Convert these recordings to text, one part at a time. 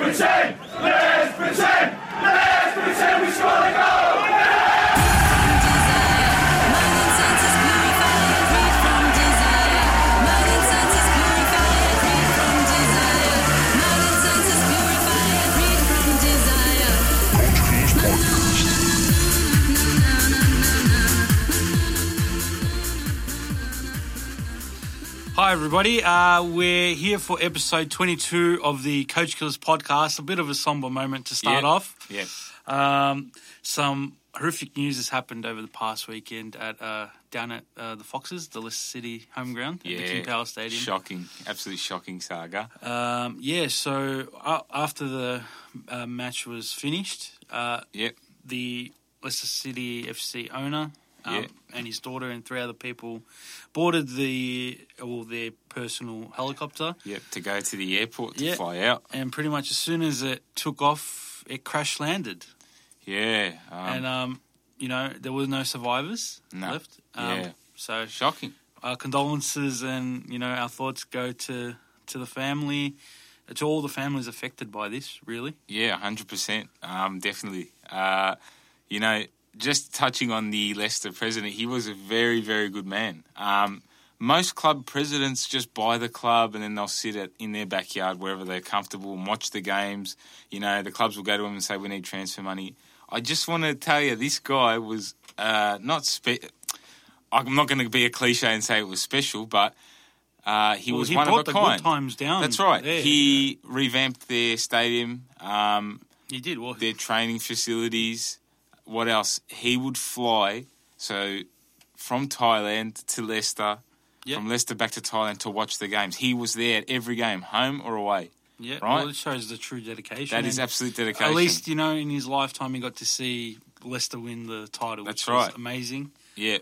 pretend! Let's pretend! Let's pretend we score the goal! Hi, everybody. Uh, we're here for episode 22 of the Coach Killers podcast. A bit of a somber moment to start Yeah. off. Yeah. Um, some horrific news has happened over the past weekend at uh, down at uh, the Foxes, the Leicester City home ground, at the King Power Stadium. Shocking. Absolutely shocking saga. Um, yeah, so uh, after the uh, match was finished, uh, Yep. the Leicester City FC owner um, Yeah. and his daughter and three other people boarded the well their personal helicopter. Yep. To go to the airport to Yeah. fly out. and pretty much as soon as it took off, it crash landed, Yeah. Um, and um, you know there was no survivors No. left. Um, Yeah. So shocking. our condolences and you know our thoughts go to to the family, to all the families affected by this. Really, Yeah, hundred percent. Um, definitely. Uh, you know, just touching on the Leicester president, he was a very, very good man. Um, most club presidents just buy the club and then they'll sit at, in their backyard wherever they're comfortable and watch the games. You know, the clubs will go to him and say, "We need transfer money." I just want to tell you, this guy was uh, not. Spe- I'm not going to be a cliche and say it was special, but uh, he Well, was he one brought of a the kind. good times down. That's right. there. He revamped their stadium. Um, he did. Well, their training facilities. What else? He would fly so from Thailand to Leicester, Yeah. from Leicester back to Thailand to watch the games. He was there at every game, home or away. yeah, right. well, it shows the true dedication. That is and absolute dedication. At least you know in his lifetime he got to see Leicester win the title. That's which was right. amazing. yeah,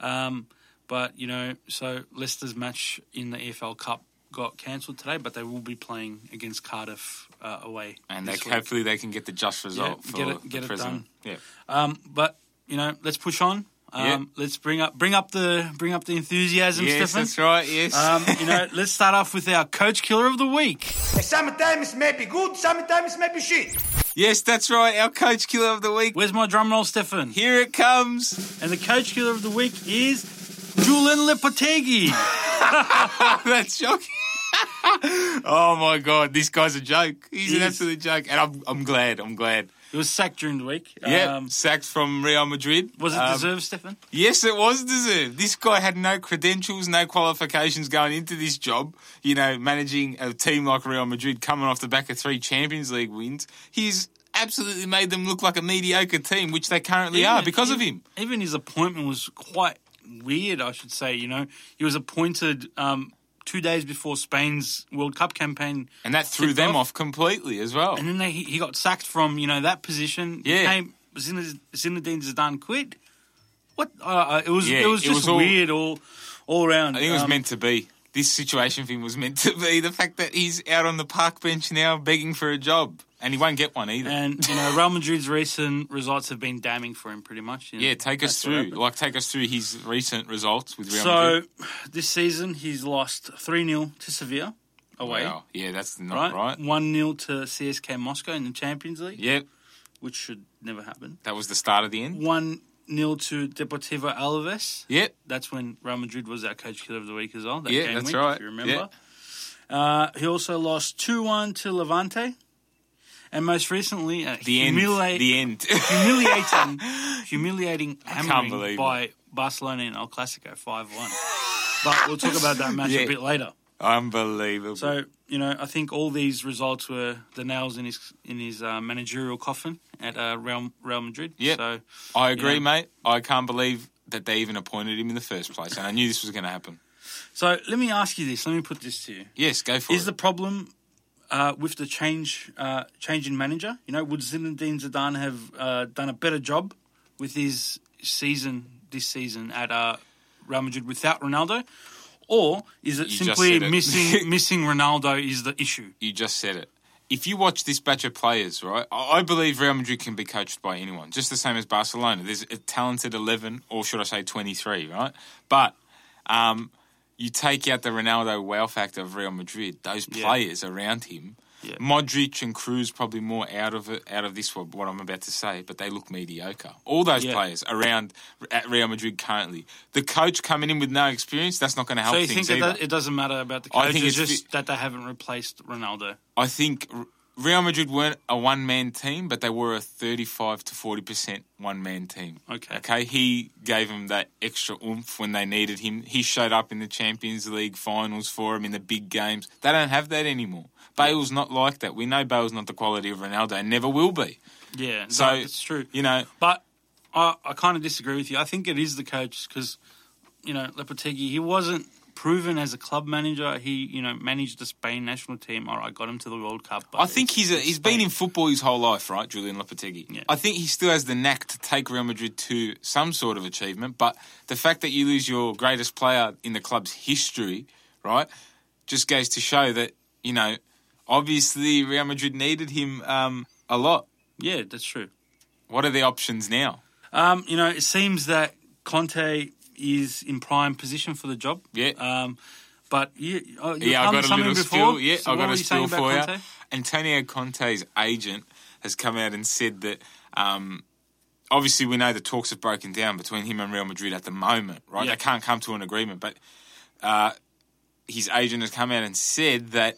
Um, but you know, so Leicester's match in the AFL Cup got cancelled today, but they will be playing against Cardiff uh, away. and they, this week. hopefully they can get the just result Yeah, for get it- get the it president. Yeah, Um, but you know, let's push on. Um, Yeah. Let's bring up bring up the bring up the enthusiasm, yes, Stefan. that's right. Yes, Um, you know, let's start off with our coach killer of the week. Sometimes it may be good, sometimes it may be shit. yes, that's right. Our coach killer of the week. Where's my drum roll, Stefan? Here it comes. And the coach killer of the week is Julian Lepotegi. that's shocking. oh my god, this guy's a joke. He's He an is. absolute joke, and I'm I'm glad. I'm glad. He was sacked during the week. Yeah, Um, sacked from Real Madrid. was it Um, deserved, Stefan? Yes, it was deserved. This guy had no credentials, no qualifications going into this job. You know, managing a team like Real Madrid, coming off the back of three Champions League wins, he's absolutely made them look like a mediocre team, which they currently are because of him. Even his appointment was quite weird, I should say. You know, he was appointed um, two days before Spain's World Cup campaign, And that threw Ticked them off. off. completely as well. and then they, he he got sacked from you know that position. Yeah. became, Zined- Zinedine Zidane quit. What? Uh, Uh, it was Yeah, it was it just was all- weird all all around. I think it was Um, meant to be. This situation thing was meant to be. The fact that he's out on the park bench now begging for a job, and he won't get one either. And you know, Real Madrid's recent results have been damning for him, pretty much. you know. yeah, take us That's what through. happened. Like, take us through his recent results with Real Madrid. So, this season he's lost three 0 to Sevilla away. Wow. Yeah, that's not Right, right. one 0 to CSK Moscow in the Champions League. Yep, which should never happen. that was the start of the end. One 0 to Deportivo Alaves. Yep, That's when Real Madrid was our coach killer of the week as well. That Yeah, game that's week, right. If you remember. Uh, he also lost two one to Levante, and most recently a the end. humili- The end. humiliating, humiliating hammering believe by Barcelona in El Clasico five one. But we'll talk about that match Yeah. a bit later. Unbelievable. So you know, I think all these results were the nails in his in his uh, managerial coffin at uh, Real Real Madrid. Yep. So I agree, yeah. mate. I can't believe that they even appointed him in the first place, and I knew this was going to happen. So let me ask you this. Let me put this to you: Yes, go for Is it. the problem uh, with the change uh, change in manager? You know, would Zinedine Zidane have uh, done a better job with his season this season at uh, Real Madrid without Ronaldo, or is it You just simply said it. missing missing Ronaldo is the issue? you just said it. If you watch this batch of players, right, I I believe Real Madrid can be coached by anyone, just the same as Barcelona. There's a talented 11, or should I say 23, right? But um, you take out the Ronaldo wow factor of Real Madrid, those Yeah. players around him Yeah. Modric and Cruz probably more out of it, out of this what, what I'm about to say, but they look mediocre. All those Yeah. players around at Real Madrid currently. The coach coming in with no experience, that's not going to help So you things think it, either. does, it doesn't matter about the coach? I think it's, it's just that they haven't replaced Ronaldo. I think R- Real Madrid weren't a one man team, but they were a 35 to 40% one man team. Okay. Okay. He gave them that extra oomph when they needed him. He showed up in the Champions League finals for them in the big games. They don't have that anymore. Bale's not like that. We know Bale's not the quality of Ronaldo and never will be. Yeah, So, so it's true. You know, But I, I kind of disagree with you. I think it is the coach because, you know, Lepetegui, he wasn't proven as a club manager. He, you know, managed the Spain national team. All right, got him to the World Cup. But I think he's a, it's he's been Spain. in football his whole life, right, Julian Lopetegui? Yeah. I think he still has the knack to take Real Madrid to some sort of achievement, but the fact that you lose your greatest player in the club's history, right, just goes to show that you know, obviously Real Madrid needed him um, a lot. Yeah, that's true. What are the options now? Um, you know, it seems that Conte is in prime position for the job. Yeah. Um, but you, uh, you Yeah, I got a something little before. spill. Yeah, So I what got were a you saying spill for about you. Conte? Antonio Conte's agent has come out and said that. Um, obviously, we know the talks have broken down between him and Real Madrid at the moment, right? Yeah. They can't come to an agreement, but uh, his agent has come out and said that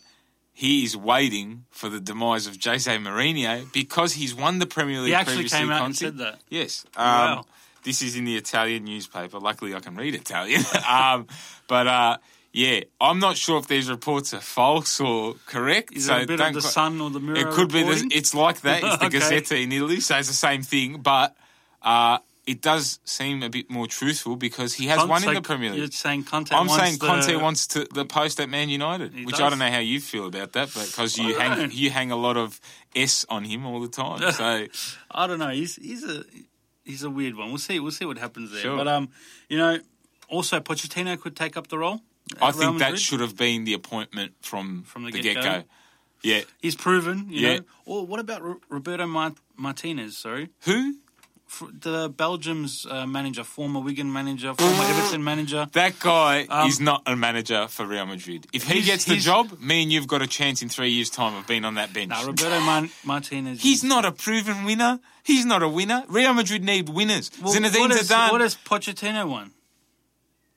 he is waiting for the demise of Jose Mourinho because he's won the Premier League. He actually previously, came out and Conte. said that. Yes. Um, Wow. This is in the Italian newspaper. Luckily, I can read Italian. um, but uh, yeah, I'm not sure if these reports are false or correct. Is so it a bit don't of the qu- Sun or the Mirror? It could be. The, reporting? it's like that. It's the Okay. Gazzetta in Italy, so it's the same thing. But uh, it does seem a bit more truthful because he has won in Conte- the Premier You're League. saying Conte. I'm wants saying Conte the- wants to the post at Man United, He which I does. don't know how you feel about that, but because I you don't hang know. you hang a lot of S on him all the time. So I don't know. He's he's a he's a weird one. We'll see. We'll see what happens there. Sure. But um, you know, also Pochettino could take up the role. at I Real think that Madrid. should have been the appointment from, From the, the get get-go. go. Yeah. He's proven. You Yeah. know. Or what about Ro- Roberto Mart- Martinez? Sorry, Who? F the Belgium's uh, manager, former Wigan manager, former Everton manager. That guy Um, is not a manager for Real Madrid. If he He's- gets the he's- job, me and you've got a chance in three years' time of being on that bench. Now Uh, Roberto Man- Martinez. He's not a proven winner. He's not a winner. Real Madrid need winners. Well, Zinedine what is- Zidane, What has Pochettino won?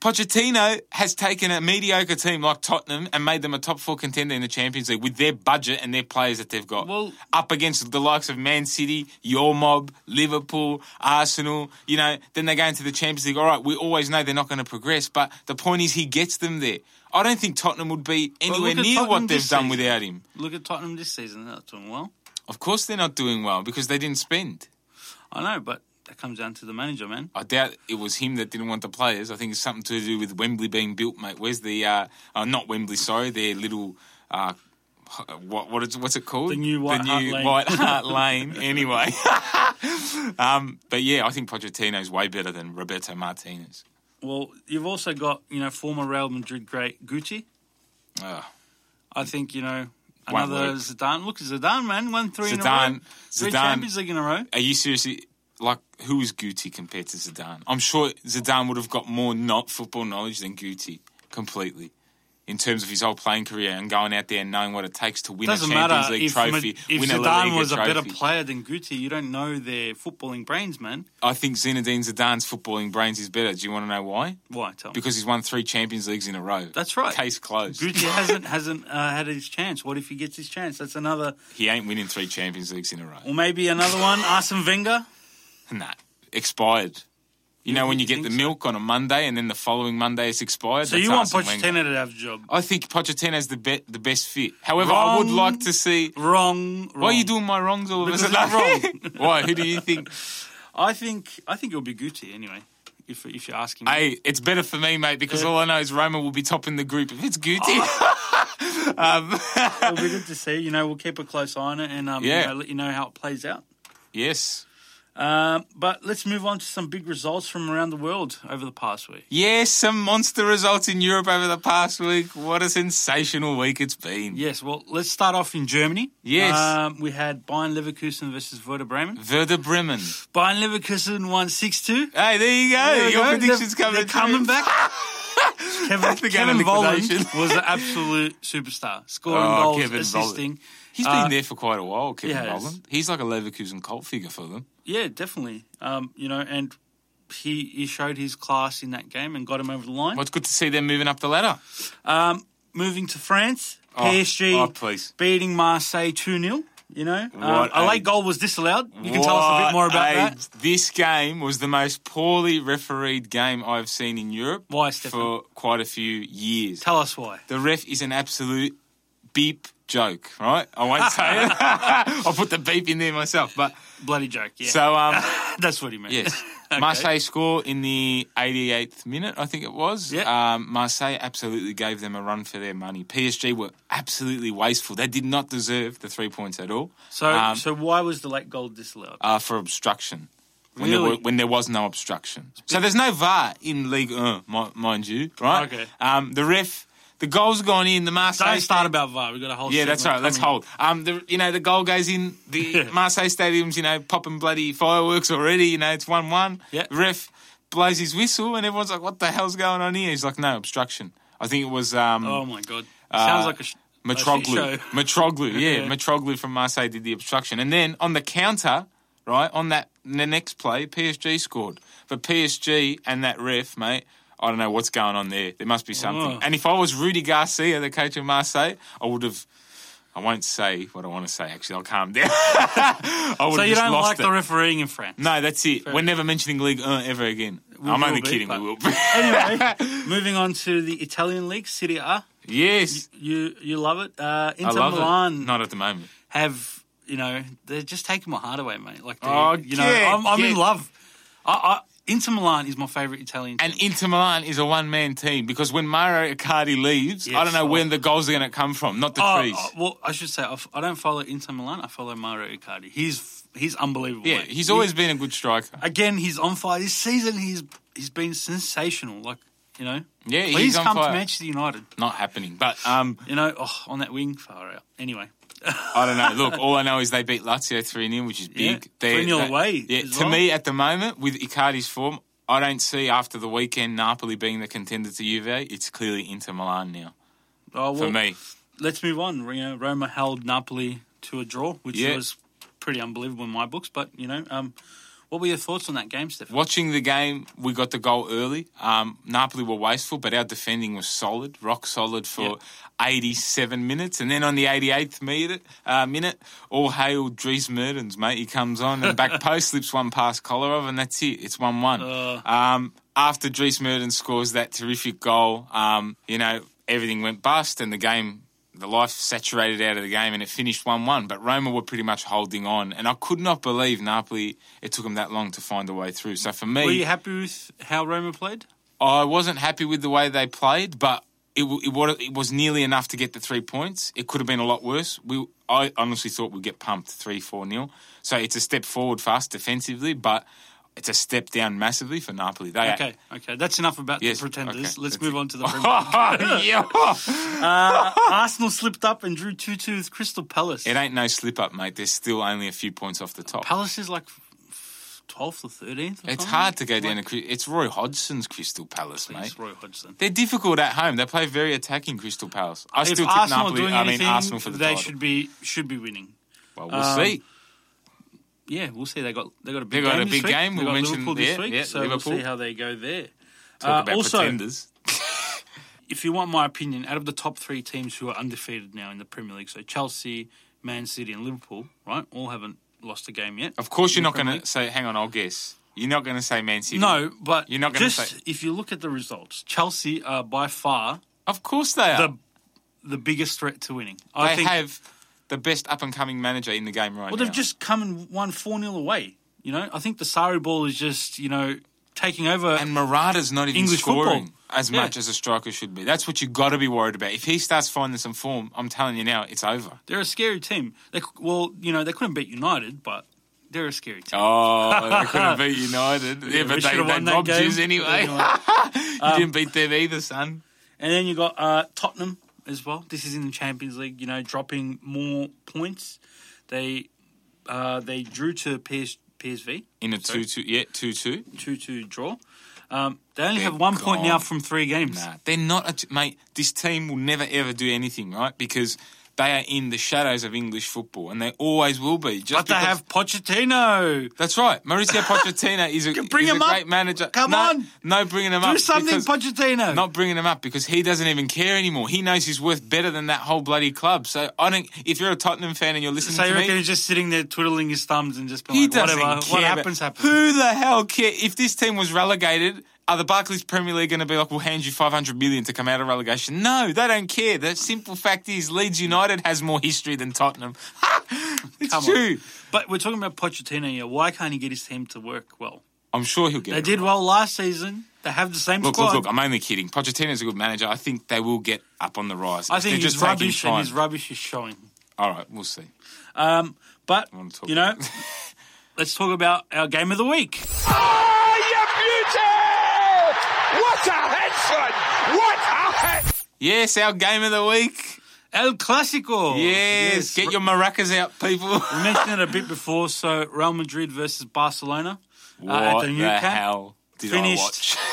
Pochettino has taken a mediocre team like Tottenham and made them a top four contender in the Champions League with their budget and their players that they've got. Well- Up against the likes of Man City, your mob, Liverpool, Arsenal, you know, then they go into the Champions League. All right, we always know they're not going to progress, but the point is he gets them there. I don't think Tottenham would be anywhere look at near Tottenham what they've this done season. without him. Look at Tottenham this season. They're not doing well. Of course, they're not doing well because they didn't spend. I know, but that comes down to the manager, man. I doubt it was him that didn't want the players. I think it's something to do with Wembley being built, mate. Where's the uh, uh not Wembley? Sorry, their little uh, what what is what's it called? The new White Hart Lane. White Hart Lane. Anyway, um, but yeah, I think Pochettino's way better than Roberto Martinez. Well, you've also got you know former Real Madrid great Gucci. Ugh. I think you know Won't another work. Zidane. Look, Zidane, man, won three in a row, Zidane, three Zidane. Champions League in a row. Are you seriously like who is Guti compared to Zidane? I'm sure Zidane would have got more not football knowledge than Guti completely. In terms of his whole playing career and going out there and knowing what it takes to win Doesn't a Champions matter League if, trophy, Ma- if win a La Zidane Liga was a trophy. better player than Guti, you don't know their footballing brains, man. I think Zinedine Zidane's footballing brains is better. Do you want to know why? Why? Tell me. Because he's won three Champions Leagues in a row. That's right. Case closed. Guti hasn't hasn't uh, had his chance. What if he gets his chance? That's another, He ain't winning three Champions Leagues in a row. or maybe another one. Arsene Wenger. Nah, expired. You know when you you get think the so? milk on a Monday and then the following Monday it's expired. So That's you want Arsene Wenger. Pochettino to have a job? I think Pochettino's the be- the best fit. However, I would Wrong. like to see. Wrong. wrong. Why are you doing my wrongs all of a Because sudden? I'm Why? Who do you think? I think I think it'll be Guti anyway. If if you're asking me. Hey, it's better for me, mate, because Yeah. Oh. all I know is Roma will be topping the group. If it's Guti, It'll be good to see. You know, we'll keep a close eye on it and um, Yeah. you know, let you know how it plays out. yes, Um, but let's move on to some big results from around the world over the past week. Yes, some monster results in Europe over the past week. What a sensational week it's been. Yes, well, let's start off in Germany. Yes. Um, we had Bayern Leverkusen versus Werder Bremen. Werder Bremen. Bayern Leverkusen won 6 2. Hey, there you go. Your prediction's they're, coming. they're coming back. Kevin, After going Kevin to Volland liquidation. was an absolute superstar, scoring Oh, goals, Kevin Volland. assisting. He's Uh, been there for quite a while, Kevin yes. Holland. He's like a Leverkusen cult figure for them. Yeah, definitely. Um, you know, and he he showed his class in that game and got him over the line. Well, it's good to see them moving up the ladder. Um, moving to France, Oh, PSG oh, please. beating Marseille 2 0. You know, um, What a a- late goal was disallowed. You can tell us a bit more about What a- that. This game was the most poorly refereed game I've seen in Europe Why, Stefan? for quite a few years. Tell us why. The ref is an absolute beep joke, right? I won't say it. I'll put the beep in there myself. But Bloody joke. Yeah, so um that's what he meant. yes. Okay. Marseille score in the 88th minute, I think it was. Yeah. Um, Marseille absolutely gave them a run for their money. PSG were absolutely wasteful. They did not deserve the three points at all So, Um, so why was the late goal disallowed? uh, for obstruction. When, there Really? were, when there was no obstruction. So there's no VAR in League 1, mi- mind you, right? Okay. Um, the ref, the goal's gone in, the Marseille... Don't start about VAR. We've got a whole. Yeah, that's right. segment Let's coming. hold. Um, the, you know, the goal goes in. The Marseille stadium's, you know, popping bloody fireworks already. You know, it's one-one. Yeah. Ref blows his whistle, and everyone's like, "What the hell's going on here?" He's like, "No obstruction." I think it was um, Oh my god, sounds Uh, like a. Sh- a shit Matroglu. show. Matroglu, yeah, Yeah. Matroglu from Marseille did the obstruction, and then on the counter, right on that the next play, PSG scored. But PSG and that ref, mate. I don't know what's going on there. There must be something. Oh. And if I was Rudy Garcia, the coach of Marseille, I would have. I won't say what I want to say. Actually, I'll calm down. I would So have you just don't lost like it. the refereeing in France? no, that's it. We're never mentioning League uh, ever again. I'm will only be, kidding. but- We will. Be. anyway, moving on to the Italian league, Serie A. yes, You you love it. Uh, I Inter love Milan it. Not at the moment. have you know they're just taking my heart away, mate. Like they- Oh, you know, yeah, I'm, I'm in yeah. love. I, I, Inter Milan is my favorite Italian. And team. Inter Milan is a one man team because when Mario Icardi leaves, I Yes. don't know when the goals are going to come from, not the Oh, trees. oh, well, I should say I f- I don't follow Inter Milan. I follow Mario Icardi. He's he's unbelievable. yeah, mate. he's He- always been a good striker. again. He's on fire this season. He's he's been sensational. Like you know, Yeah, he's please on come fire. to Manchester United. Not happening. But um, You know, oh, on that wing, far out. Anyway, I don't know. Look, all I know is they beat Lazio 3 0, which is Yeah, big. They- 3-0 they- away Yeah, as to well. me, at the moment, with Icardi's form, I don't see after the weekend Napoli being the contender to Juve. It's clearly Inter Milan now oh, well, for me. let's move on. You know, Roma held Napoli to a draw, which Yeah. was pretty unbelievable in my books. But you know, um, what were your thoughts on that game, Stefan? Watching the game, we got the goal early. Um, Napoli were wasteful, but our defending was solid, rock solid for 87 minutes. And then on the 88th minute, uh, minute all hail Dries Mertens, mate. He comes on and back post slips one past Kolarov, and that's it. It's 1 1. Uh. Um, after Dries Mertens scores that terrific goal, um, you know, everything went bust and the game. The life saturated out of the game and it finished 1 1. But Roma were pretty much holding on. And I could not believe Napoli, it took them that long to find a way through. So for me, Were you happy with how Roma played? I wasn't happy with the way they played, but it, w- it, wa- it was nearly enough to get the three points. It could have been a lot worse. We, I honestly thought we'd get pumped 3 4 0. So it's a step forward for us defensively, but it's a step down massively for Napoli. They Okay, okay, that's enough about Yes, the pretenders. okay. Let's That's- move on to the Premier League. Yeah. uh, Arsenal slipped up and drew two two with Crystal Palace. it ain't no slip up, mate. There's still only a few points off the top. Palace is like twelfth or thirteenth. It's hard to go down to. Cri- It's Roy Hodgson's Crystal Palace, mate. Roy Hodgson. They're difficult at home. They play very attacking Crystal Palace. I If still tip Arsenal are Napoli. doing I mean anything, Arsenal for the they title. should be should be winning. well, we'll um, see. Yeah, we'll see. They got they got a They big got game a this big week. game. They We'll got mention- Liverpool this yeah, week, yeah, so we'll Liverpool. see how they go there. Talk Uh, about also, pretenders. if you want my opinion, out of the top three teams who are undefeated now in the Premier League, so Chelsea, Man City, and Liverpool, right, all haven't lost a game yet. Of course, you're in the not Premier going to say. Hang on, I'll guess. You're not going to say Man City. No, but You're not gonna just say- if you look at the results, Chelsea are by far of course they are. the the biggest threat to winning. I they think. have the best up and coming manager in the game right well, now. they've just come and won four 0 away. You know, I think the Sari ball is just you know taking over. and Murata's not even English scoring football. as Yeah. much as a striker should be. That's what you got to be worried about. If he starts finding some form, I'm telling you now, it's over. they're a scary team. They, c- well, you know, they couldn't beat United, but they're a scary team. Oh, they couldn't beat United. we Yeah, but they, should've they won that robbed game. Um, you anyway. But you didn't beat them either, son. And then you got uh, Tottenham as well. This is in the Champions League, you know, dropping more points. They uh, they drew to PS, PSV, In a Sorry. two-two, yeah, two-two. 2 2 draw. Um, they only They're have one point now gone. from three games. Nah, they're not. A t- mate, this team will never ever do anything right because They are in the shadows of English football, and they always will be. Just But they have because- Pochettino. That's right. Mauricio Pochettino is a, Bring is a him up. great manager. Come no, on. no, bringing him up. Do something, because- Pochettino. not bringing him up because he doesn't even care anymore. He knows he's worth better than that whole bloody club. So I don't. If you're a Tottenham fan and you're listening so you to me, reckon he's just sitting there twiddling his thumbs and just being he like, doesn't whatever, care. what about- happens, happens. Who the hell care? If this team was relegated, are the Barclays Premier League going to be like, we'll hand you 500 million to come out of relegation? No, they don't care. The simple fact is, Leeds United has more history than Tottenham. it's Come on. true. But we're talking about Pochettino here. Why can't he get his team to work well? I'm sure he'll get They it. did well last season. They have the same Look, squad. look, look, I'm only kidding. Pochettino's a good manager. I think they will get up on the rise. I If they're think his just taking rubbish time. and his rubbish is showing. All right, we'll see. Um, but wanna talk you know, about- let's talk about our game of the week. Oh, you beauty! What a headshot! What a head! Yes, our game of the week. El Clasico. Yes, get your maracas out, people. We mentioned it a bit before. So Real Madrid versus Barcelona uh, at what the the, new camp. hell did Finished. I watch?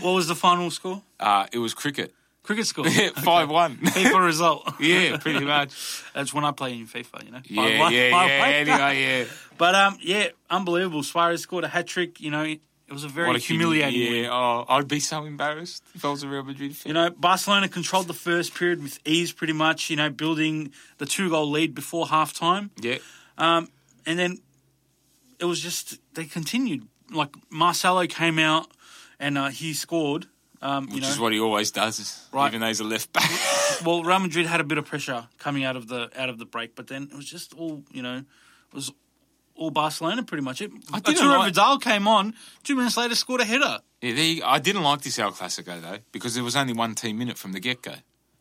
What was the final score? Uh, it was cricket. Cricket score. Five one. FIFA result. yeah, pretty much. That's when I play in FIFA. You know. Yeah, Five yeah, one, yeah. five one. Anyway, But um, yeah, unbelievable. Suarez scored a hat trick. You know, it was a yeah. very humiliating. win. Yeah. Oh, I'd be so embarrassed if I was a Real Madrid fan. You know, Barcelona controlled the first period with ease, pretty much. You know, building the two goal lead before half time, yeah. and then it was just they continued. Like Marcelo came out and uh, he scored. Um, you Which know, is what he always does, Right. even though he's a left back. well, Real Madrid had a bit of pressure coming out of the out of the break, but then it was just all you know, it was all Barcelona pretty much. It I didn't Arturo like- Vidal came on two minutes later, scored a header. yeah, there you go. I didn't like this El Clasico though because there was only one team in it from the get go.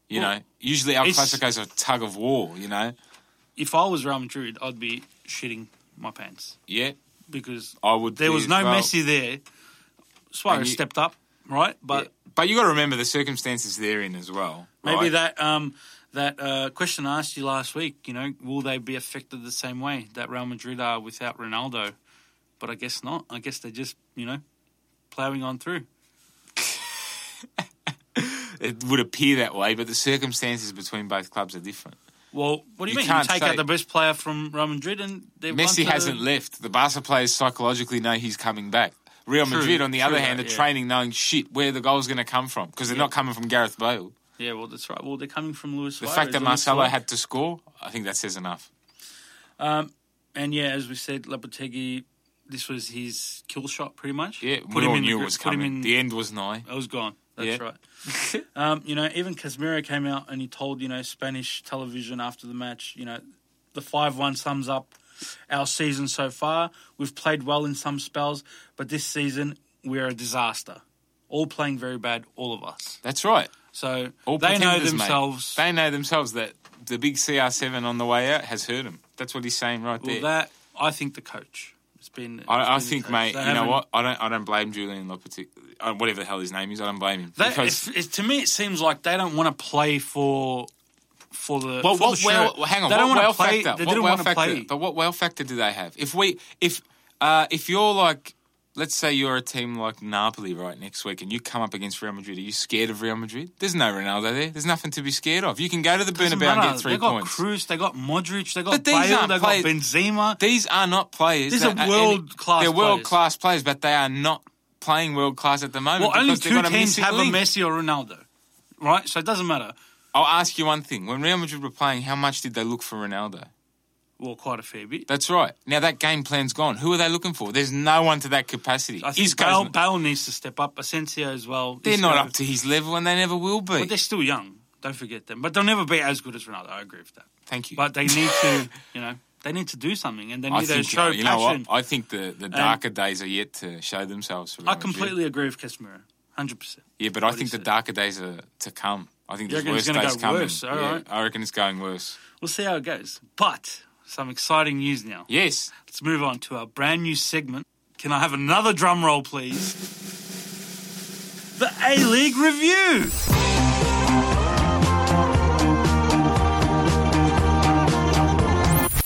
You Well, know, usually El it's- Clasicos are tug of war. You know. If I was Real Madrid, I'd be shitting my pants Yeah, because I would. There be was as no well. Messi there. Suarez And you- stepped up, right? But But you got to remember the circumstances they're in as well. maybe right? that um, that uh, question I asked you last week, you know, will they be affected the same way that Real Madrid are without Ronaldo? But I guess not. I guess they're just, you know, ploughing on through. it would appear that way, but the circumstances between both clubs are different. Well, what do you, You mean? You can't take say- out the best player from Real Madrid and they've won Messi to- hasn't left. The Barca players psychologically know he's coming back. Real True, Madrid, on the true other that, hand, are yeah. training knowing shit where the goal's going to come from because they're not coming from Gareth Bale. Yeah, well, that's right. Well, they're coming from Luis The Suarez. fact that and that's Marcelo why- had to score, I think that says enough. And yeah, as we said, Lopetegui, this was his kill shot pretty much. Yeah, Put we him all in the knew gr- it was put him coming. in- The end was nigh. I was gone. That's Yeah. right. um, you know, even Casemiro came out and he told you know Spanish television after the match. You know, the five one sums up our season so far. We've played well in some spells, but this season we are a disaster. All playing very bad, all of us. That's right. So All they know pretenders, mate. themselves. They know themselves that the big CR7 on the way out has hurt them. That's what he's saying right there. well, that I think the coach. It's been. it's I, I been the think, coach. mate, They you know haven't- what? I don't. I don't blame Julian Lopetegui, uh, whatever the hell his name is. I don't blame him They, because. it's, it's, to me, it seems like they don't want to play for for the. Well, for what the well, shirt. hang on. They what don't wanna well play, factor? They what didn't well want to factor? play. But what well factor do they have? If we, if, uh, if you're like, let's say you're a team like Napoli right next week, and you come up against Real Madrid, are you scared of Real Madrid? There's no Ronaldo there. There's nothing to be scared of. You can go to the Doesn't Bernabeu and matter. get three they got points. Cruz, they got Modric, they got But these Bale, aren't they got players- Benzema. These are not players. These that are any- world-class They're players. world class players, but they are not playing world class at the moment. well, only because they've two got a teams missing have link. a Messi or Ronaldo, right? So it doesn't matter. I'll ask you one thing. When Real Madrid were playing, how much did they look for Ronaldo? Well, quite a fair bit. That's right. Now that game plan's gone. Who are they looking for? There's no one to that capacity. I think Isco's Bale, not- Bale needs to step up. Asensio as well. they're Isco. not up to his level and they never will be. But they're still young. Don't forget them. But they'll never be as good as Ronaldo. I agree with that. Thank you. But they need to, you know, they need to do something and they I need to think show you know passion. what? I think the, the darker days are yet to show themselves. For Real I Madrid. completely agree with Casemiro. Hundred percent. Yeah, but I what he think the said. darker days are to come. I think You there's reckon worse it's gonna days go coming. worse? All Yeah, right. I reckon it's going worse. We'll see how it goes. But some exciting news now. Yes. Let's move on to our brand new segment. Can I have another drum roll, please? The A League review.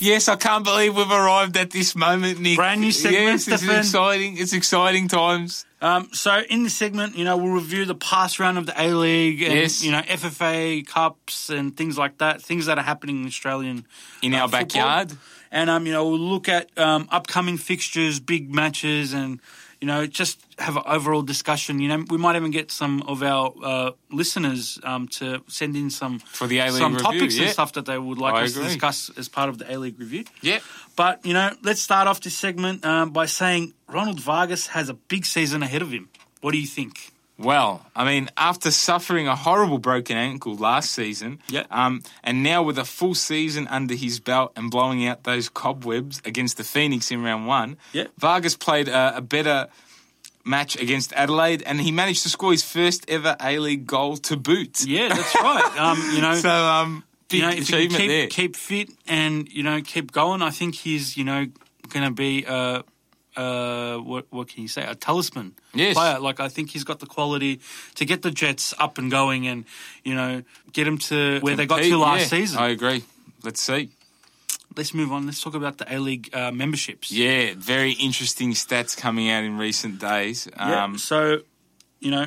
Yes, I can't believe we've arrived at this moment, Nick. Brand new segment, Yes, this Stefan. is exciting. It's exciting times. Um, so in this segment, you know, we'll review the past round of the A League and Yes. you know FFA Cups and things like that, things that are happening in Australian In our Uh, football. backyard. And um, you know, we'll look at um, upcoming fixtures, big matches, and you know, just have an overall discussion. You know, we might even get some of our uh, listeners um, to send in some For the A-League some review, topics and yeah. stuff that they would like I us to agree. discuss as part of the A League review. Yep. But you know, let's start off this segment um, by saying Ronald Vargas has a big season ahead of him. What do you think? Well, I mean, after suffering a horrible broken ankle last season, Yeah. um, and now with a full season under his belt and blowing out those cobwebs against the Phoenix in round one, Yeah. Vargas played a, a better match against Adelaide, and he managed to score his first ever A League goal to boot. Yeah, that's right. um, you know, So, um, big you know, if he achievement can keep, there. keep fit and you know keep going, I think he's you know going to be uh, uh, what what can you say a talisman Yes. player. Like I think he's got the quality to get the Jets up and going, and you know get them to where they got Pete, to last yeah, season. I agree. Let's see. Let's move on. Let's talk about the A League uh, memberships. Yeah, very interesting stats coming out in recent days. Yeah, Um, so, you know,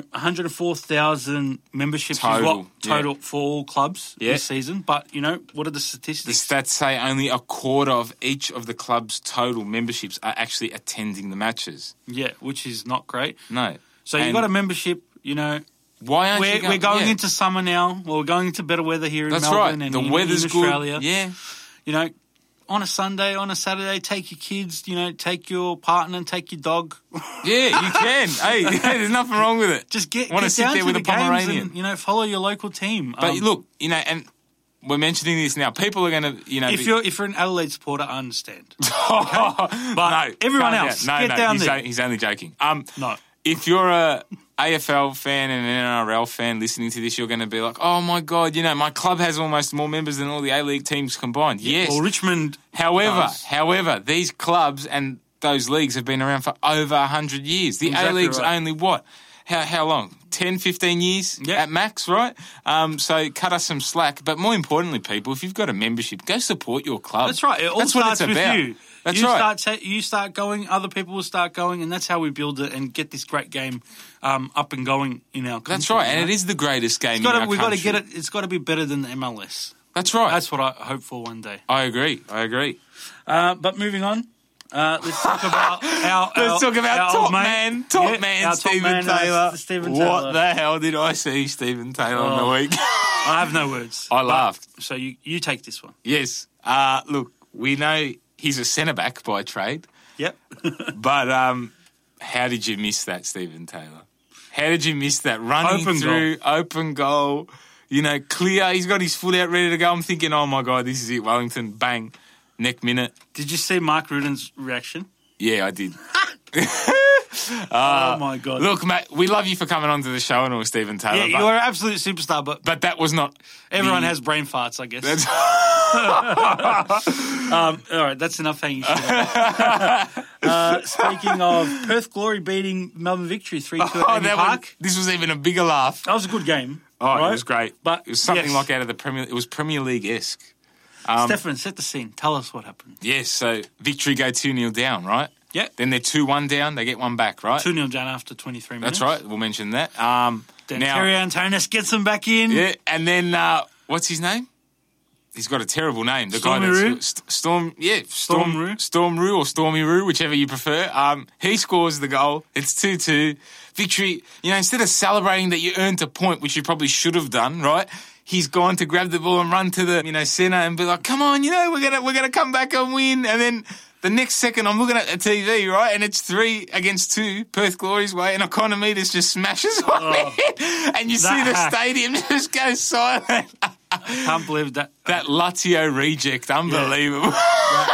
104,000 memberships is Total, what yeah. total for all clubs Yeah. this season. But, you know, what are the The statistics? stats say only a quarter of each of the club's total memberships are actually attending the matches. yeah, which is not great. No. So you And got a membership, you know. Why aren't We're, you we're going yeah, into summer now. Well, we're going into better weather here in That's Melbourne right. and The in, weather's in good. Australia. Yeah. You know, on a Sunday, on a Saturday, take your kids, you know, take your partner, take your dog. Yeah, you can. hey, yeah, there's nothing wrong with it. Just get, Wanna get sit down there to with the a games Pomeranian. and, you know, follow your local team. But Um, look, you know, and we're mentioning this now. People are going to, you know, if be- you're, if you're an Adelaide supporter, I understand. but everyone else, no, get no, down he's, there. o- he's only joking. Um, No. If you're a AFL fan and an NRL fan listening to this, you're going to be like, "Oh my god, you know, my club has almost more members than all the A League teams combined." Yes. Well, Richmond however, does. however, these clubs and those leagues have been around for over 100 years. The Exactly A League's right. only what? How, how long? 10, 15 years Yeah. at max, right? Um, so cut us some slack. But more importantly, people, if you've got a membership, go support your club. That's right. It all That's what starts it's with about. you. That's you right. Start ta- you start going, other people will start going, and that's how we build it and get this great game um, up and going in our country. That's right, you and know? it is the greatest game. It's gotta- in our we've got to country. get it. It's got to be better than the MLS. That's right. That's what I hope for one day. I agree. I agree. Uh, but moving on. Uh, let's talk about our. Let's our- talk about our top old mate. man, top Yeah, man, our top Stephen man, uh, Taylor. Stephen What Taylor. the hell did I see Stephen Taylor Oh. on the week? I have no words. I But- laughed. So you, you take this one. yes. Uh, look, we know he's a centre back by trade, Yep. but um, how did you miss that, Stephen Taylor? How did you miss that running Open through open goal? You know, clear. He's got his foot out, ready to go. I'm thinking, oh my god, this is it, Wellington. Bang, neck minute. Did you see Mark Ruden's reaction? Yeah, I did. oh my god! Look, mate, we love you for coming onto the show and all, Stephen Taylor. yeah, but, you are an absolute superstar, but but that was not. everyone the- has brain farts, I guess. That's- Um, all right, that's enough hanging shit. uh, speaking of Perth Glory beating Melbourne Victory 3 2 at oh, Amy that Park. was, this was even a bigger laugh. That was a good game. Oh, right? it was great. But it was something yes. like out of the Premier. It was Premier League esque. Stefan, set the scene. Tell us what happened. Yes. So victory go two 0 down, right? Yep. Then they're two one down. They get one back, right? 2 0 down after 23 minutes. That's right. We'll mention that. Um, Then now, Terry Antonis gets him back in. yeah, and then uh, what's his name? He's got a terrible name. The Stormy guy that's Roo? St- Storm, yeah, Storm Storm, Roo? Storm Roo or Stormy Roo, whichever you prefer. Um, he scores the goal. It's two two, victory. You know, instead of celebrating that you earned a point, which you probably should have done, right? He's gone to grab the ball and run to the you know center and be like, "Come on, you know, we're gonna we're gonna come back and win." And then. The next second, I'm looking at the TV, right, and it's three against two, Perth Glory's way, and Economitas just smashes one in, and you see the hack. stadium just go silent. Can't believe that. That Lazio reject, unbelievable.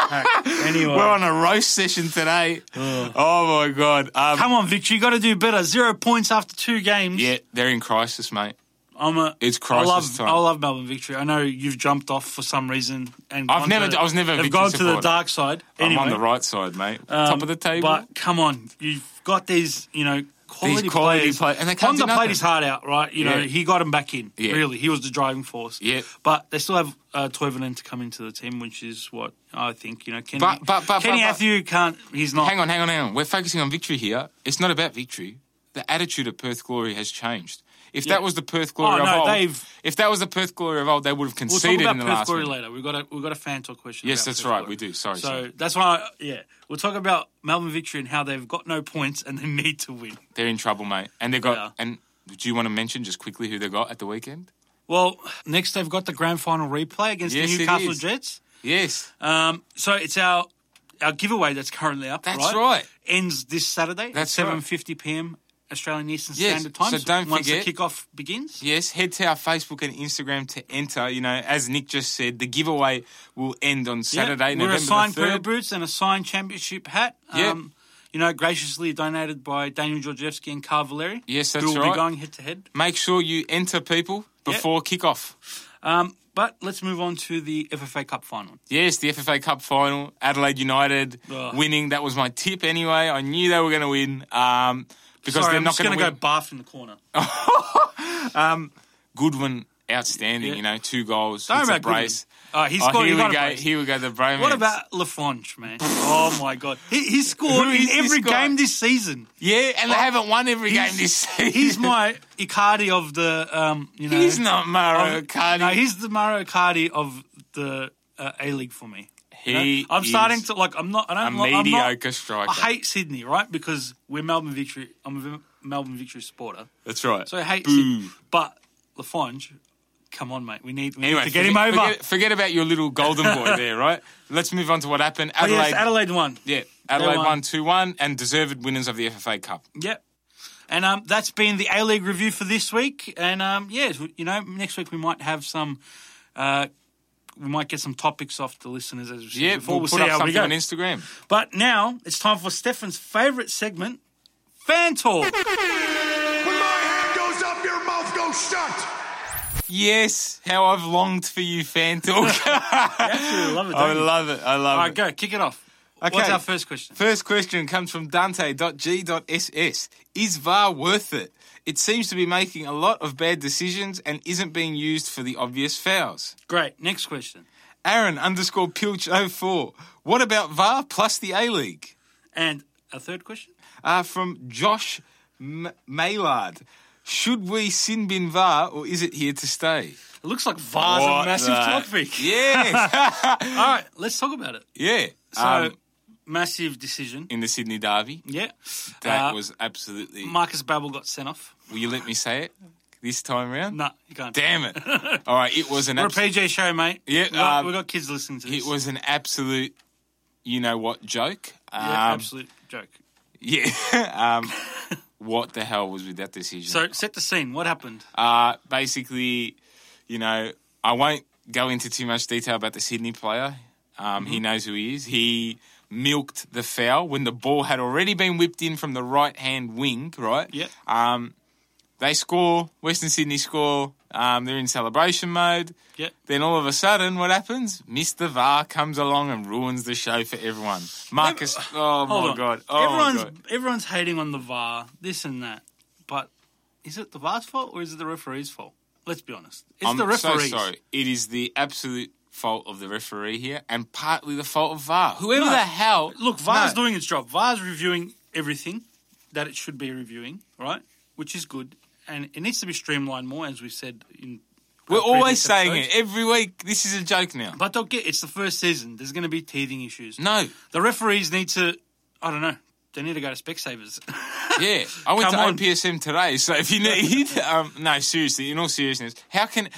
Anyway. We're on a roast session today. Oh my god. Um, Come on, Victory. you got to do better. Zero points after two games. yeah, they're in crisis, mate. I'm a, It's I crisis love time. I love Melbourne Victory. I know you've jumped off for some reason, and I've gone never- To, I was never a They've Victory gone to the supporter. dark side. Anyway, I'm on the right side, mate. um, Top of the table. But come on, you've got these. You know, quality, These quality players. play- and they can't Ponga do nothing. played his heart out, right? You know, Yeah. he got him back in. Yeah. Really, he was the driving force. Yeah. But they still have uh, Toivonen to come into the team, which is what I think. You know, Kenny, But- but- but- Kenny but- but- Athew can't. He's not. Hang on, hang on, hang on. We're focusing on victory here. It's not about victory. The attitude of Perth Glory has changed. If Yeah. that was the Perth Glory Oh, of no, old, they've- if that was the Perth Glory of old, they would have We'll talk conceded about in the Perth last. Glory minute. later. We've got a we've got a fan talk question. Yes, about that's Perth right. Glory. We do. Sorry, So sorry. that's why. I, yeah, we'll talk about Melbourne Victory and how they've got no points and they need to win. They're in trouble, mate. And they got. Yeah. And do you want to mention just quickly who they got at the weekend? Well, next they've got the grand final replay against Yes, the it Newcastle is. Jets. Yes, Um, so it's our our giveaway that's currently up. That's right. Ends this Saturday That's at seven fifty p.m. Australian Eastern Yes, Standard Time. so don't once forget- the kickoff begins. yes. Head to our Facebook and Instagram to enter. You know, as Nick just said, the giveaway will end on Yeah, Saturday, we're November a signed the pair of third. boots and a signed championship hat. Um, Yeah. you know, graciously donated by Daniel Georgievsky and Carl Valeri. Yes, who that's will right. be going head to head. Make sure you enter people before kickoff. Um, but let's move on to the FFA Cup final. Yes, the FFA Cup final, Adelaide United Ugh. winning. That was my tip anyway. I knew they were going to win um, because Sorry, they're I'm not Oh, just going going to to go barf in the corner. Goodwin, outstanding. Yeah. You know, two goals. Don't hits worry a about Goodwin. brace. Oh, he Oh, scored. here he we got a go. brace. Here we go. The bromance. What about Lafonge, man? oh my god, he, he scored Who in is this every guy? game this season. Yeah, and they haven't won every Oh, He's- game this season. He's my Icardi of the, um, you know. He's not Mario of- Cardi. No, he's the Mario Cardi of the uh, A League for me. You know? He I'm is starting to like. I'm not. I a don't. like, I'm not- mediocre striker. I hate Sydney, right? Because we're Melbourne Victory. I'm a Vim- Melbourne Victory supporter, That's right. so I hate Boo. Sydney. But Lafonge, come on, mate. We need, we need Anyway, to get forget, him over. Forget, forget about your little golden boy there, right? Let's move on to what happened. But Adelaide. Oh, yes, Adelaide won. Yeah, Adelaide won. won 2 1 and deserved winners of the FFA Cup. Yep. And um, that's been the A League review for this week. And um, yes, yeah, you know, next week we might have some. Uh, we might get some topics off the listeners as we said Yeah, before. we'll, We'll, put see up how we something go. on Instagram. But now it's time for Stefan's favourite segment, Fan Talk. When my hand goes up, your mouth goes shut. Yes, how I've longed for you, fan talk. Absolutely love it. I don't you? love it. I love All right, it. go kick it off. Okay. What's our first question? First question comes from Dante.g.ss. Is VAR worth it? It seems to be making a lot of bad decisions and isn't being used for the obvious fouls. Great. Next question. Aaron underscore Pilch04. What about VAR plus the A League? And our third question. uh, from Josh M- Maylard. Should we sin bin var or is it here to stay? It looks like VAR's Ah, a massive topic. Yeah, All right, let's talk about it. yeah. So, um, massive decision. in the Sydney Derby, Yeah. that Uh, was absolutely. Marcus Babbel got sent off. Will you let me say it this time round? No, you can't. Damn it! All right, it was an. We're a abs- PJ show, mate. Yeah, we got, um, we got kids listening to this. it was an absolute. You know what joke? yeah, Um, absolute joke. yeah. um, what the hell was with that decision? So set the scene. What happened? Uh, basically, you know, I won't go into too much detail about the Sydney player. Mm-hmm. Um, He knows who he is. He milked the foul when the ball had already been whipped in from the right hand wing, right? Yep. Um, they score, Western Sydney score, um, they're in celebration mode. Yeah, Then all of a sudden, what happens? Mr. VAR comes along and ruins the show for everyone. Marcus, oh hold my on. god, oh everyone's my god. everyone's hating on the VAR, this and that. But is it the VAR's fault or is it the referee's fault? Let's be honest. It's I'm the referee's. so sorry. It is the absolute fault of the referee here, and partly the fault of VAR. Whoever No. the hell Look, VAR's No. doing its job. VAR's reviewing everything that it should be reviewing, right? Which is good, and it needs to be streamlined more, as we said in. We're our previous always saying episodes. it every week. This is a joke now. But they'll get. It's the first season. There's going to be teething issues. No, The referees need to, I don't know, they need to go to Specsavers. yeah, I went Come to on. OPSM today, so if you need, um, no, seriously, in all seriousness, how can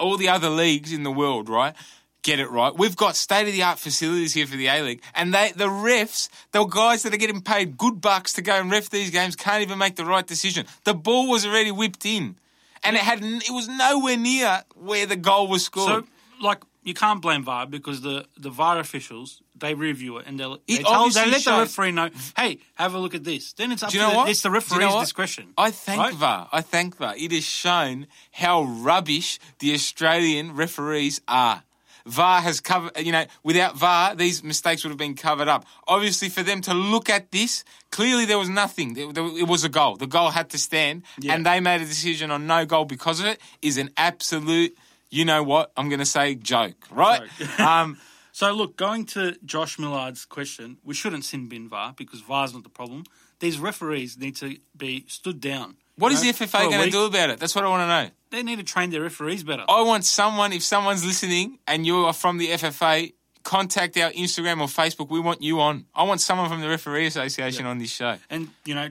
all the other leagues in the world, right? Get it right. We've got state of the art facilities here for the A League, and they, the refs, the guys that are getting paid good bucks to go and ref these games, can't even make the right decision. The ball was already whipped in, and it had, n- it was nowhere near where the goal was scored. so, like, you can't blame VAR because the, the VAR officials, they review it and they'll, they, It tell, they obviously let the shows- referee know, hey, have a look at this. Then it's up to Do you know the, what? it's the Do you know referee's what? discretion. I thank right? VAR. I thank VAR. It has shown how rubbish the Australian referees are. VAR has covered, you know, without VAR, these mistakes would have been covered up. Obviously, for them to look at this, clearly there was nothing. There- there- It was a goal. The goal had to stand, Yeah. and they made a decision on no goal because of it is an absolute, you know what, I'm going to say joke, right? um, So look, going to Josh Millard's question, we shouldn't sin bin VAR because VAR's not the problem. These referees need to be stood down. what you is know, the for a FFA going to week. do Oh. about it? That's what I want to know. They need to train their referees better. I want someone, if someone's listening and you are from the FFA, contact our Instagram or Facebook. We want you on. I want someone from the Referee Association on this show. And you know,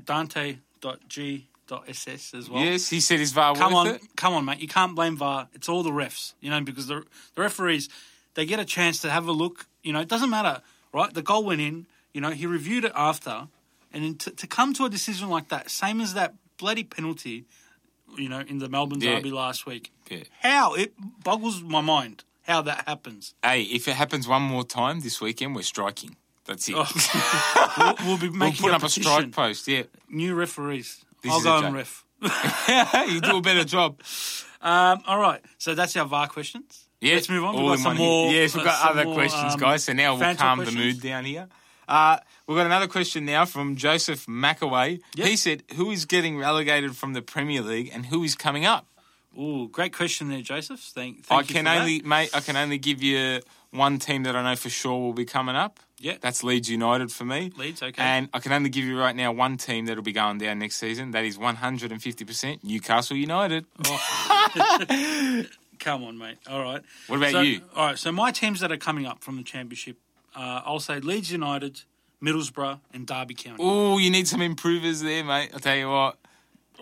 Dante.g.ss as well. Yes, he said his VAR Come worth on, it. come on, mate. You can't blame VAR. It's all the refs, you know, because the, the referees, they get a chance to have a look. You know, it doesn't matter, right? The goal went in. You know, he reviewed it after. And then to, to come to a decision like that, same as that bloody penalty, you know, in the Melbourne Yeah. derby last week. Yeah. How? It boggles my mind how that happens. Hey, if it happens one more time this weekend, we're striking. That's Oh, it. we'll, we'll be we'll making put a up a petition. strike post. Yeah, New referees. This I'll is a go and joke. ref. you do a better job. Um, all right. So that's our VAR questions. Yeah, Let's move on. all We've got in some one here. more. Yes, we've uh, got some other more, questions, um, guys. So now we'll fans' calm the questions. mood down here. Uh, we've got another question now from Joseph McAway. Yep. He said, "Who is getting relegated from the Premier League and who is coming up?" Ooh, great question there, Joseph. Thank, I thank you can for that. only, mate. I can only give you one team that I know for sure will be coming up. Yeah. that's Leeds United for me. Leeds, okay. And I can only give you right now one team that'll be going down next season. That is one hundred and fifty percent Newcastle United. Oh. Come on, mate. All right. What about So- you? All right. So my teams that are coming up from the championship, uh, I'll say Leeds United, Middlesbrough, and Derby County. Oh, you need some improvers there, mate. I'll tell you what.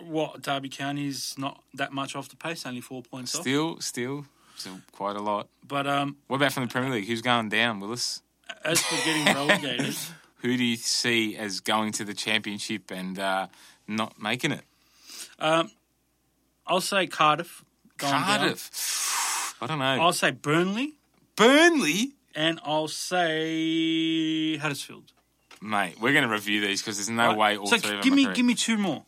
What Derby County's not that much off the pace, only four points off. Still, still, still quite a lot. But um, What about from the Premier League? Who's going down, Willis? as for getting relegated, Who do you see as going to the championship and uh, not making it? I'll say Cardiff. going down. Cardiff. I don't know. I'll say Burnley, Burnley. and I'll say Huddersfield. Mate, we're going to review these because there's no way all so three of give them me are correct. give me two more.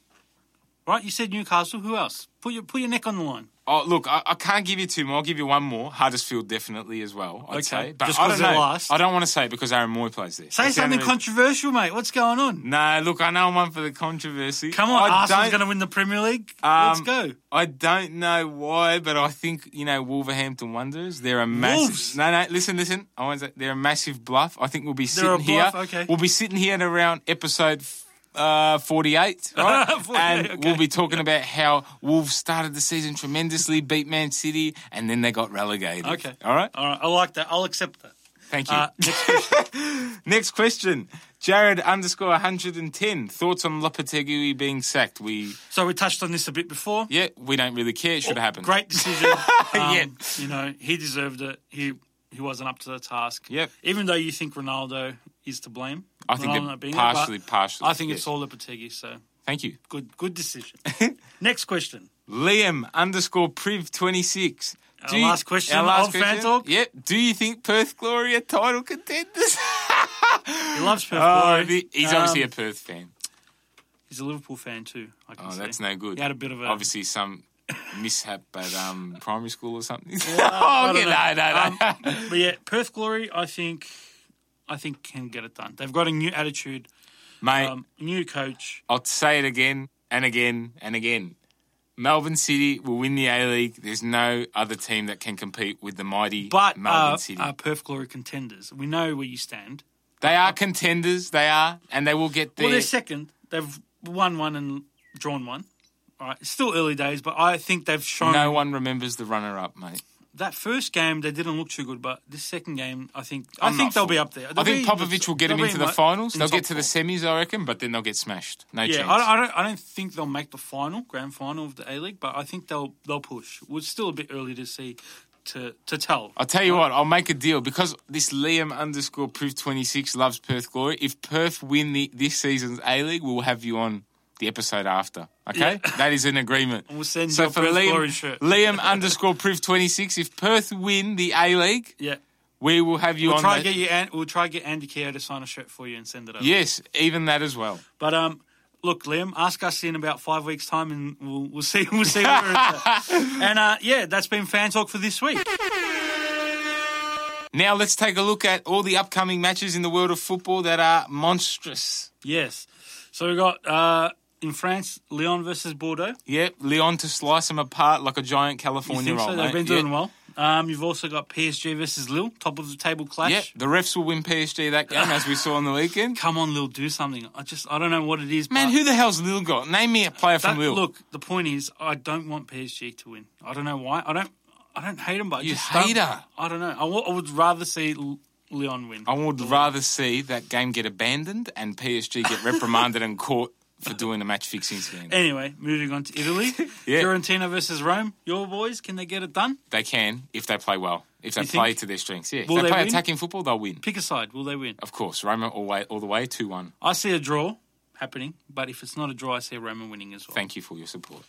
Right, you said Newcastle. Who else? Put your put your neck on the line. Oh, look, I, I can't give you two more. I'll give you one more. Huddersfield definitely as well, I'd Okay. say. But Just I 'cause don't they're know. last. I don't want to say it because Aaron Moy plays there. Say That's the only something reason- controversial, mate. What's going on? No, look, I know I'm one for the controversy. Come on, I Arsenal's don't- going to win the Premier League. Let's Um, go. I don't know why, but I think you know Wolverhampton Wanderers. They're a massive. Wolves? No, no. Listen, listen. I want to. They're a massive bluff. I think we'll be sitting They're a here. bluff, okay. We'll be sitting here at around episode. f- Uh, 48, right? 48, and okay. we'll be talking about how Wolves started the season tremendously, beat Man City, and then they got relegated. Okay. All right. All right, I like that. I'll accept that. Thank you. Uh, next- Next question. Jared underscore 110. Thoughts on Lopetegui being sacked? We, so we touched on this a bit before. yeah, we don't really care. It should have happened. Great decision. Um, Yeah. You know, he deserved it. He he wasn't up to the task. Yep. Even though you think Ronaldo is to blame. I think Ronaldo they're not being there, but partially, partially. I think yeah. it's all Lopetegui, so Thank you. good good decision. next question. Liam underscore priv 26. Our last question of fan talk. Yep. Do you think Perth Glory are title contenders? He loves Perth oh, Glory. the, he's Um, obviously a Perth fan. He's a Liverpool fan too. I can Oh, see. that's no good. He had a bit of a Obviously, some mishap at um, primary school or something. Uh, I oh, don't Um, yeah, no, no, no. But yeah, Perth Glory, I think, I think can get it done. They've got a new attitude, Mate, um, new coach. I'll say it again and again and again. Melbourne City will win the A League. There's no other team that can compete with the mighty But Melbourne uh, City. are Perth Glory contenders? We know where you stand. they are contenders. They are, and they will get there. Well, they're second. They've won one and drawn one. All right, it's still early days, but I think they've shown no one remembers the runner-up, mate. that first game they didn't look too good, but this second game, I think, i I'm think not they'll for be it. up there. I think They'll be- Popovich will get they'll them be into the like- finals. in They'll top get to the four. semis, I reckon, but then they'll get smashed. No Yeah, chance. I don't, I don't. I don't think they'll make the final, grand final of the A League, but I think they'll they'll push. It's still a bit early to see, to to tell. I'll tell you what, I'll make a deal because this Liam underscore proof 26 loves Perth Glory. If Perth win the, this season's A League, we'll have you on the episode after. Okay? That is an agreement. We'll send you a for Perth Liam, Glory shirt. Liam underscore proof 26, if Perth win the A League, Yeah, we will have you we'll on. try that- to get you. An- we'll try to get Andy Keogh to sign a shirt for you and send it over. Yes, even that as well. But um, look, Liam, ask us in about five weeks' time, and we'll we'll see we'll see. Where we're at. and uh, yeah, that's been fan talk for this week. Now let's take a look at all the upcoming matches in the world of football that are monstrous. Yes. So we got uh, in France, Leon versus Bordeaux. Yep, Leon to slice them apart like a giant You California think roll. so? mate. They've been Yep. doing well. Um, you've also got PSG versus Lille, top of the table clash. Yep, the refs will win PSG that game, as we saw on the weekend. Come on, Lille, do something. I just I don't know what it is. Man, but who the hell's Lil got? Name me a player that- from Lil. Look, the point is, I don't want PSG to win. I don't know why. I don't. I don't hate them, but I You just hate don't- her. I don't know. I wa- I would rather see L- Leon win. I would rather see that game get abandoned and PSG get reprimanded and caught for doing a match fixing scandal. Anyway, moving on to Italy. Yeah. Fiorentina versus Rome. Your boys, can they get it done? They can if they play well, if they You play think- to their strengths. Yeah, if Will they, they play win? attacking football, they'll win. Pick a side. Will they win? Of course, Roma all, way, all the way two one. I see a draw happening, but if it's not a draw, I see Roma winning as well. Thank you for your support.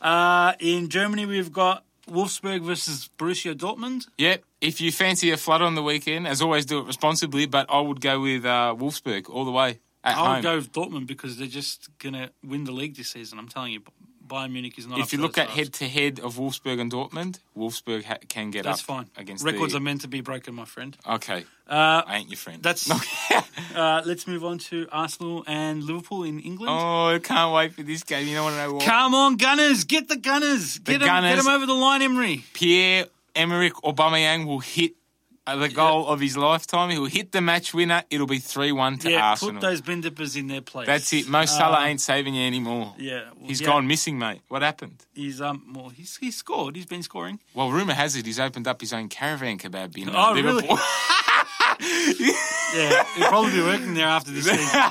Uh, in Germany, we've got Wolfsburg versus Borussia Dortmund. Yep. If you fancy a flood on the weekend, as always, do it responsibly. But I would go with uh, Wolfsburg all the way at I home. would go with Dortmund because they're just going to win the league this season. I'm telling you, Bayern Munich is not. up if you to look their at task. head to head of Wolfsburg and Dortmund, Wolfsburg ha- can get that's up fine. against Records the... are meant to be broken, my friend. Okay. Uh, I ain't your friend. That's. uh, let's move on to Arsenal and Liverpool in England. Oh, I can't wait for this game. You don't want to know what. Come on, Gunners! Get the Gunners! Get 'em- get Gunners. them over the line, Emery. Pierre Emerick Aubameyang will hit uh, the goal of his lifetime. He'll hit the match winner. It'll be three one to Yeah, Arsenal. put those Bendippers in their place. That's it. Mo Salah ain't saving you anymore. Yeah, well, He's yeah. gone missing, mate. What happened? He's um, well, he's he's scored. He's been scoring. Well, rumor has it he's opened up his own caravan kebab bin. at Oh, Liverpool. really? Yeah, he'll probably be working there after this season.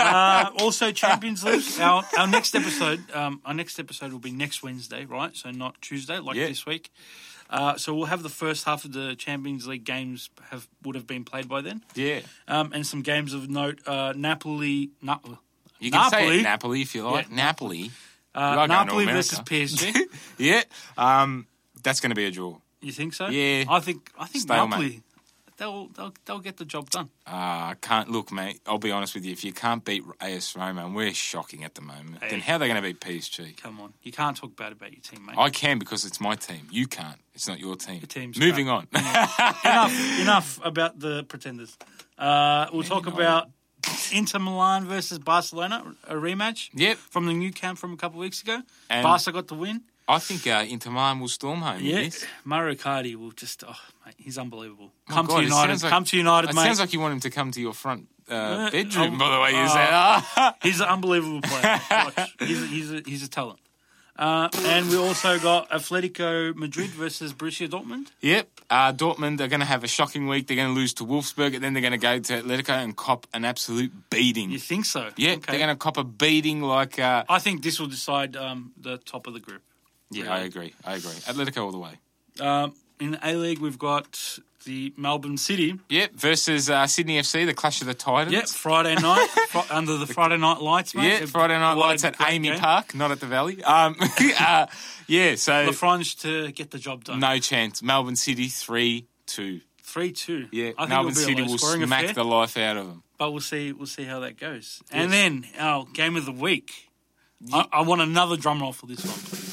Uh, also, Champions League. Our, our next episode, um, our next episode will be next Wednesday, right? So not Tuesday like Yeah. this week. Uh, so we'll have the first half of the Champions League games have would have been played by then, yeah. um, and some games of note: uh, Napoli, Na- You can say Napoli? it Napoli if you like. Yeah. Napoli. uh, You are going to Napoli America. versus PSG. Yeah. Um, that's going to be a draw. you think so? Yeah. I think I think Stalemate. Napoli. They'll, they'll they'll get the job done. Uh, I can't look, mate. I'll be honest with you. If you can't beat AS Roma, and we're shocking at the moment, Hey. then how are they going to beat PSG? Come on, you can't talk bad about your team, mate. I can because it's my team. You can't. It's not your team. team's Moving on. enough, enough about the pretenders. Uh, we'll talk about Inter Milan versus Barcelona, a rematch. Yep. From the new camp from a couple of weeks ago. And- Barca got the win. I think uh, Inter Milan will storm home. in this. Mario Cardi will just, oh, mate, he's unbelievable. My Come Oh, God, to it United. sounds like- come to United, It mate. sounds like you want him to come to your front uh, Uh, bedroom. oh, by the way, you uh, said. Ah. He's an unbelievable player. Watch. He's, a, he's, a, he's a talent. Uh, and we also got Atletico Madrid versus Borussia Dortmund. Yep. Uh, Dortmund are going to have a shocking week. They're going to lose to Wolfsburg, and then they're going to go to Atletico and cop an absolute beating. You think so? Yeah, they're going to cop a beating like. Uh, I think this will decide um, the top of the group. yeah, I agree. I agree. Atletico all the way. Um, in the A League, we've got the Melbourne City. Yep. Versus uh, Sydney FC, the clash of the Titans. Yep, Friday night fr- under the Friday night lights, mate. Yeah, Friday night What a lights at great Amy game. Park, not at the Valley. Um, uh, yeah, so Lafrange to get the job done. no chance. Melbourne City three two. three two. Yeah, I think Melbourne it'll be City a will scoring smack affair, the life out of them. but we'll see. We'll see how that goes. And then our game of the week. I, I want another drum roll for this one, please.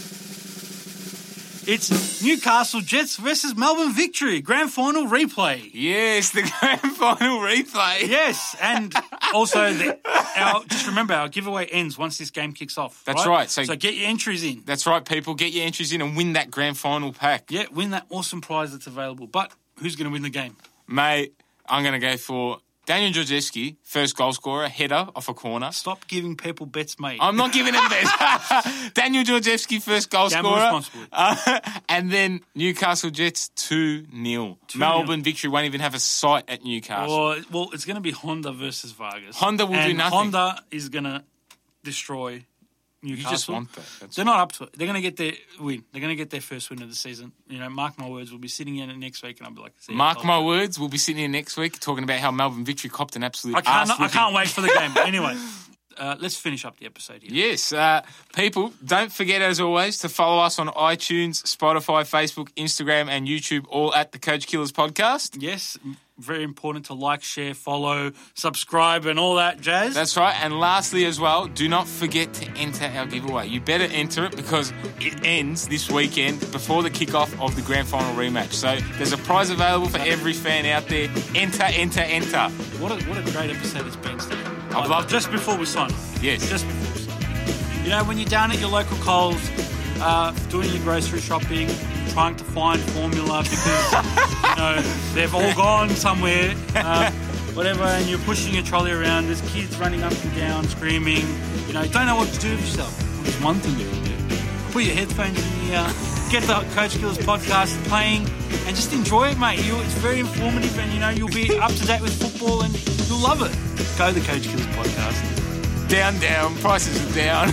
It's Newcastle Jets versus Melbourne Victory grand final replay. Yes, the grand final replay. Yes, and also the, our just remember our giveaway ends once this game kicks off. That's right, so- so get your entries in. That's right, people. Get your entries in and win that grand final pack, Yeah, win that awesome prize that's available. But who's going to win the game? mate. I'm going to go for Daniel Georgievski, first goal scorer, header off a corner. Stop giving people bets, mate. I'm not giving him this. Daniel Georgievski, first goal Gamble scorer. responsibly. Uh, and then Newcastle Jets 2 0. 2-0. Melbourne victory won't even have a sight at Newcastle. Or, well, it's going to be Honda versus Vargas. Honda will do And nothing. Honda is going to destroy you Newcastle. just want that. That's They're not up to it. They're going to get their win. They're going to get their first win of the season. You know, mark my words. We'll be sitting in it next week, and I'll be like, "See ya, Mark Tom." my words, we'll be sitting here next week talking about how Melbourne victory copped an absolute I can't. ass I can't wait for the game. But anyway, uh, let's finish up the episode here. Yes, uh, people, don't forget as always to follow us on iTunes, Spotify, Facebook, Instagram, and YouTube, all at the Coach Killers Podcast. Yes, m- very important to like, share, follow, subscribe, and all that jazz. That's right. And lastly, as well, do not forget to enter our giveaway. You better enter it because it ends this weekend before the kickoff of the grand final rematch. So there's a prize available for every fan out there. Enter, enter, enter. what, a, what a great episode it's been, Steve. I've Like, loved it. Just before we sign off. Yes. Just before we sign off. You know, when you're down at your local Coles, uh, doing your grocery shopping, trying to find formula because, you know, they've all gone somewhere, uh, whatever, and you're pushing your trolley around, there's kids running up and down, screaming, you know, you don't know what to do with yourself. There's one thing you can do. Put your headphones in the ear, get the Coach Killers podcast playing, and just enjoy it, mate. You, it's very informative, and you know you'll be up to date with football, and you'll love it. Go the Coach Killers podcast. Down, down. Prices are down.